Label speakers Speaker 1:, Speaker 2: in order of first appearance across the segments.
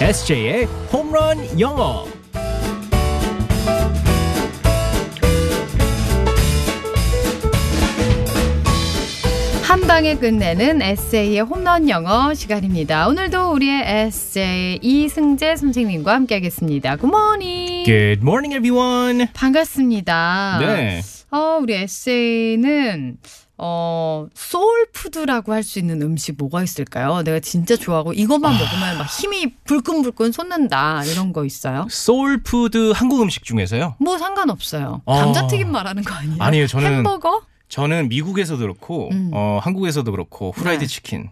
Speaker 1: SJ의 홈런 영어.
Speaker 2: 한 방에 끝내는 에세이의 홈런 영어 시간입니다. 오늘도 우리의 에세이 이승재 선생님과 함께하겠습니다. 굿모닝.
Speaker 1: Good morning, everyone.
Speaker 2: 반갑습니다.
Speaker 1: 예. 네.
Speaker 2: 어, 우리 에세이는 어, 소울푸드라고 할 수 있는 음식 뭐가 있을까요? 내가 진짜 좋아하고 이것만 먹으면 막 힘이 불끈불끈 솟는다 이런 거 있어요?
Speaker 1: 소울푸드 한국 음식 중에서요.
Speaker 2: 뭐 상관없어요.
Speaker 1: 어.
Speaker 2: 감자튀김 말하는 거 아니에요?
Speaker 1: 아니에요, 저는-
Speaker 2: 햄버거?
Speaker 1: 저는 미국에서도 그렇고
Speaker 2: 음.
Speaker 1: 어, 한국에서도 그렇고 후라이드
Speaker 2: 네.
Speaker 1: 치킨.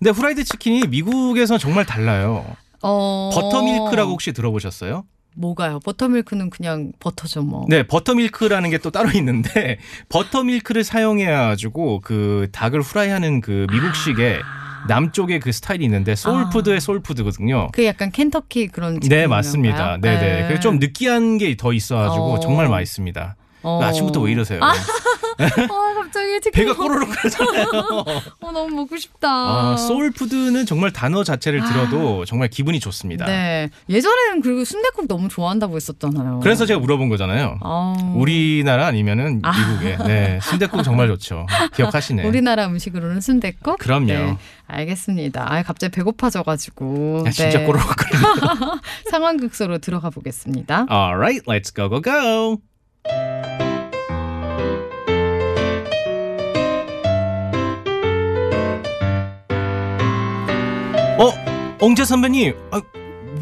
Speaker 1: 근데 후라이드 치킨이 미국에서 정말 달라요.
Speaker 2: 어.
Speaker 1: 버터밀크라고 혹시 들어보셨어요?
Speaker 2: 뭐가요? 버터밀크는 그냥 버터죠 뭐.
Speaker 1: 네, 버터밀크라는 게 또 따로 있는데 버터밀크를 사용해 가지고 그 닭을 후라이하는 그 미국식의
Speaker 2: 아.
Speaker 1: 남쪽의 그 스타일이 있는데 소울푸드의 소울푸드거든요.
Speaker 2: 그 약간 켄터키 그런
Speaker 1: 네, 맞습니다. 네, 네. 그래서 좀 느끼한 게 더 있어 가지고
Speaker 2: 어.
Speaker 1: 정말 맛있습니다. 그 아침부터 왜 이러세요?
Speaker 2: 어, 갑자기 치킨
Speaker 1: 배가
Speaker 2: 먹-
Speaker 1: 꼬르륵 그러잖아요.
Speaker 2: 어, 너무 먹고 싶다.
Speaker 1: 아, 소울푸드는 정말 단어 자체를 들어도 정말 기분이 좋습니다.
Speaker 2: 아. 네. 예전에는 그리고 순대국 너무 좋아한다고 했었잖아요.
Speaker 1: 그래서 제가 물어본 거잖아요.
Speaker 2: 어,
Speaker 1: 우리나라 아니면은 미국에 네, 순대국 정말 좋죠. 기억하시네.
Speaker 2: 우리나라 음식으로는 순대국. 네.
Speaker 1: 그럼요.
Speaker 2: 알겠습니다. 아, 갑자기 배고파져가지고.
Speaker 1: 아, 진짜
Speaker 2: 네.
Speaker 1: 꼬르륵 거리네.
Speaker 2: 상황극소로 들어가 보겠습니다.
Speaker 1: All right, let's go go go. 어, 엉재 선배님, 아,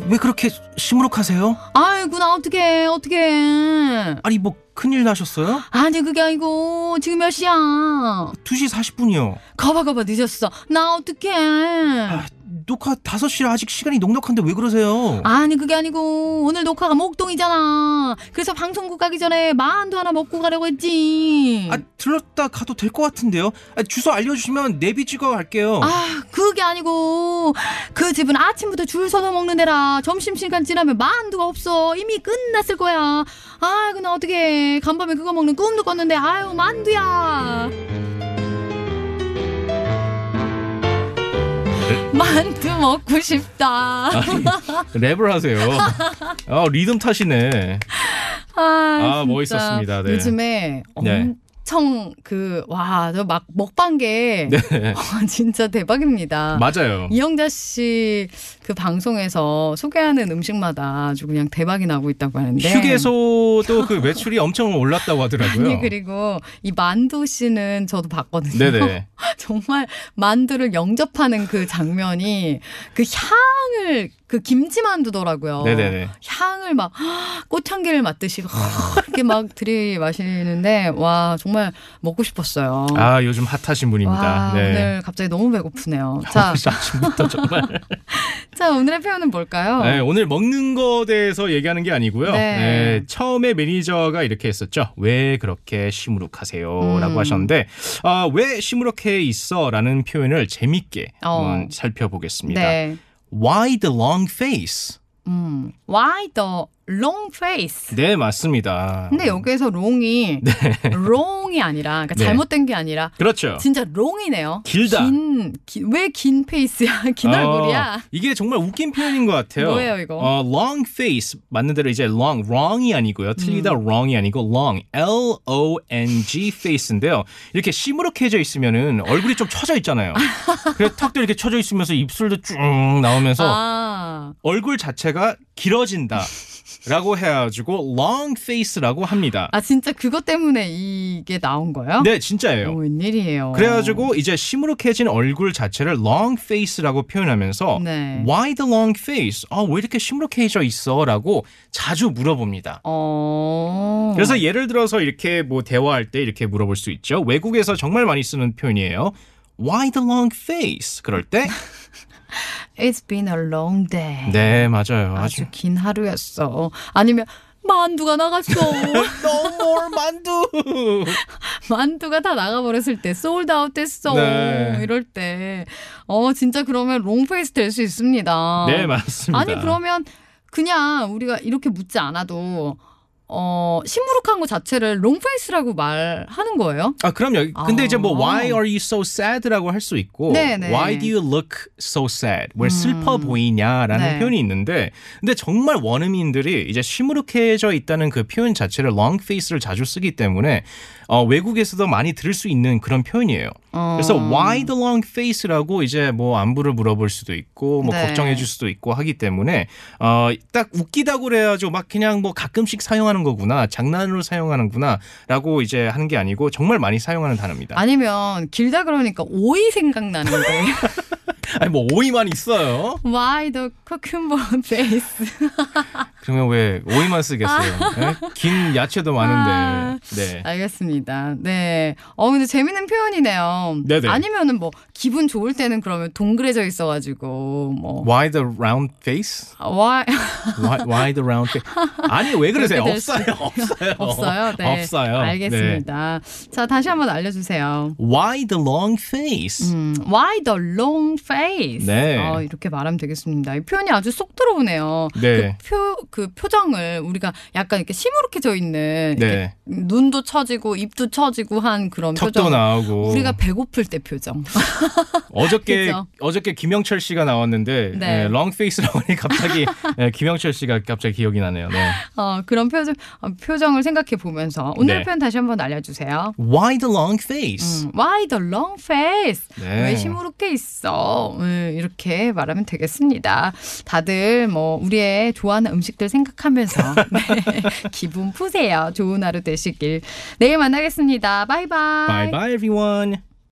Speaker 1: 왜 그렇게 시무룩하세요?
Speaker 2: 아이고 나 어떡해 어떡해.
Speaker 1: 아니 뭐 큰일 나셨어요?
Speaker 2: 아니 그게 아니고 지금 몇 시야?
Speaker 1: 2시 40분이요.
Speaker 2: 가봐 가봐 늦었어. 나 어떡해.
Speaker 1: 아, 녹화 5시라 아직 시간이 넉넉한데 왜 그러세요?
Speaker 2: 아니 그게 아니고 오늘 녹화가 목동이잖아. 그래서 방송국 가기 전에 만두 하나 먹고 가려고 했지.
Speaker 1: 아, 들렀다 가도 될 것 같은데요. 아, 주소 알려주시면 내비 찍어 갈게요.
Speaker 2: 아, 그게 아니고 그 집은 아침부터 줄 서서 먹는 데라 점심시간 지나면 만두가 없어 이미 끝났을 거야 아 근데 어떻게 간밤에 그거 먹는 꿈도 꿨는데 아유 만두야 만두 먹고 싶다
Speaker 1: 랩을 하세요. 아, 리듬 탓이네.
Speaker 2: 아, 진짜.
Speaker 1: 멋있었습니다. 네.
Speaker 2: 요즘에
Speaker 1: 네.
Speaker 2: 엄청 그 와 저 막 먹방계 진짜
Speaker 1: 네.
Speaker 2: 대박입니다
Speaker 1: 맞아요.
Speaker 2: 이영자 씨 그 방송에서 소개하는 음식마다 아주 그냥 대박이 나고 있다고 하는데
Speaker 1: 휴게소도 그 매출이 엄청 올랐다고 하더라고요.
Speaker 2: 아니 그리고 이 만두 씨는 저도 봤거든요.
Speaker 1: 네네.
Speaker 2: 정말 만두를 영접하는 그 장면이 그 향을 그 김치 만두더라고요.
Speaker 1: 네네네.
Speaker 2: 향을 막 꽃향기를 맡듯이 이렇게 막 들이마시는데 와 정말 먹고 싶었어요.
Speaker 1: 아 요즘 핫하신 분입니다.
Speaker 2: 와,
Speaker 1: 네. 아,
Speaker 2: 오늘 갑자기 너무 배고프네요. 자,
Speaker 1: 아침부터 정말.
Speaker 2: 자 오늘의 표현은 뭘까요?
Speaker 1: 네, 오늘 먹는 거에 대해서 얘기하는 게 아니고요.
Speaker 2: 어. 네.
Speaker 1: 네, 처음에 매니저가 이렇게 했었죠. 왜 그렇게 시무룩하세요?
Speaker 2: 음.
Speaker 1: 라고 하셨는데, 아, 왜 시무룩해 있어? 라는 표현을 재밌게
Speaker 2: 어.
Speaker 1: 한번 살펴보겠습니다.
Speaker 2: 네.
Speaker 1: Why the long face?
Speaker 2: 음, why the long face?
Speaker 1: 네, 맞습니다.
Speaker 2: 근데 여기에서 롱이 롱이 아니라 그러니까
Speaker 1: 음. 네.
Speaker 2: 잘못된 게 아니라
Speaker 1: 그렇죠.
Speaker 2: 진짜 롱이네요.
Speaker 1: 길다.
Speaker 2: 긴왜긴 페이스야? 긴
Speaker 1: 어,
Speaker 2: 얼굴이야?
Speaker 1: 이게 정말 웃긴 표현인 것 같아요.
Speaker 2: 뭐예요, 이거?
Speaker 1: 어, long face 맞는 대로 이제 long wrong이 아니고요. 틀리다
Speaker 2: 음.
Speaker 1: wrong이 아니고 long L O N G face인데요. 이렇게 시무룩해져 있으면은 얼굴이 좀 처져 있잖아요. 그래서 턱도 이렇게 처져 있으면서 입술도 쭉 나오면서
Speaker 2: 아,
Speaker 1: 얼굴 자체가 길어진다. 라고 해가지고 long face라고 합니다.
Speaker 2: 아 진짜 그것 때문에 이게 나온 거예요?
Speaker 1: 네, 진짜예요.
Speaker 2: 아. 오, 웬일이에요.
Speaker 1: 어. 그래가지고 이제 시무룩해진 얼굴 자체를 long face라고 표현하면서
Speaker 2: 네.
Speaker 1: why the long face? 아, 왜 이렇게 시무룩해져 있어? 라고 자주 물어봅니다.
Speaker 2: 어.
Speaker 1: 그래서 예를 들어서 이렇게 뭐 대화할 때 이렇게 물어볼 수 있죠. 외국에서 정말 많이 쓰는 표현이에요. Why the long face? 그럴 때.
Speaker 2: it's been a long day.
Speaker 1: 네, 맞아요.
Speaker 2: 아주
Speaker 1: 아주.
Speaker 2: 긴 하루였어. 아니면 만두가 나갔어.
Speaker 1: No more 만두!
Speaker 2: 만두가 다 나가버렸을 때 솔드아웃 됐어
Speaker 1: 네.
Speaker 2: 이럴 때어 진짜 그러면 롱페이스 될 수 있습니다
Speaker 1: 네, 맞습니다.
Speaker 2: 아니 그러면 그냥 우리가 이렇게 묻지 않아도 어, 시무룩한 거 자체를 롱페이스라고 말하는 거예요?
Speaker 1: 아 그럼요. 근데
Speaker 2: 아.
Speaker 1: 이제 뭐 why are you so sad라고 할 수 있고
Speaker 2: 네네.
Speaker 1: why do you look so sad 왜 슬퍼
Speaker 2: 음.
Speaker 1: 보이냐라는
Speaker 2: 네.
Speaker 1: 표현이 있는데 근데 정말 원어민들이 이제 시무룩해져 있다는 그 표현 자체를 long face를 자주 쓰기 때문에 어, 외국에서도 많이 들을 수 있는 그런 표현이에요.
Speaker 2: 어.
Speaker 1: 그래서 why the long face라고 이제 뭐 안부를 물어볼 수도 있고 뭐
Speaker 2: 네.
Speaker 1: 걱정해 줄 수도 있고 하기 때문에 어 딱 웃기다고 그래가지고 막 그냥 뭐 가끔씩 사용하는 거구나 장난으로 사용하는구나라고 이제 하는 게 아니고 정말 많이 사용하는 단어입니다.
Speaker 2: 아니면 길다 그러니까 오이 생각나는데.
Speaker 1: 아니 뭐 오이만 있어요.
Speaker 2: Why the cucumber face?
Speaker 1: 그러면 왜 오이만 쓰겠어요? 예? 긴 야채도
Speaker 2: 아.
Speaker 1: 많은데. 네.
Speaker 2: 알겠습니다. 네. 어 근데 재밌는 표현이네요.
Speaker 1: 네네.
Speaker 2: 아니면은 뭐 기분 좋을 때는 그러면 동그래져 있어가지고 뭐 아,
Speaker 1: Why the round face?
Speaker 2: why
Speaker 1: Why, why the round face? 아니 왜 그러세요?
Speaker 2: 그렇게 될 수-
Speaker 1: 없어요, 없어요,
Speaker 2: 없어요. 네.
Speaker 1: 없어요. 네.
Speaker 2: 알겠습니다. 자 다시 한번 알려주세요.
Speaker 1: Why the long face?
Speaker 2: 음, why the long face?
Speaker 1: 네.
Speaker 2: 어, 이렇게 말하면 되겠습니다. 이 표현이 아주 쏙 들어오네요.
Speaker 1: 네.
Speaker 2: 그, 표, 그 표정을 우리가 약간 이렇게 시무룩해져 있는 이렇게
Speaker 1: 네.
Speaker 2: 눈도 처지고 입도 처지고 한 음, 그런
Speaker 1: 턱도
Speaker 2: 표정.
Speaker 1: 나오고
Speaker 2: 우리가 배고플 때 표정.
Speaker 1: 어저께
Speaker 2: 그죠?
Speaker 1: 어저께 김영철 씨가 나왔는데
Speaker 2: 네.
Speaker 1: 네. 롱페이스라고 하니 갑자기 예, 김영철 씨가 갑자기 기억이 나네요. 네.
Speaker 2: 어, 그런 표정, 어, 표정을 생각해 보면서 오늘 의
Speaker 1: 네.
Speaker 2: 표현 다시 한번 알려주세요.
Speaker 1: Why the long face?
Speaker 2: 음, why the long face?
Speaker 1: 네.
Speaker 2: 왜 시무룩해 있어? 음, 이렇게 말하면 되겠습니다. 다들 뭐 우리의 좋아하는 음식들 생각하면서 네, 기분 푸세요. 좋은 하루 되시길. 내일 만나겠습니다. 바이바이.
Speaker 1: Bye bye everyone.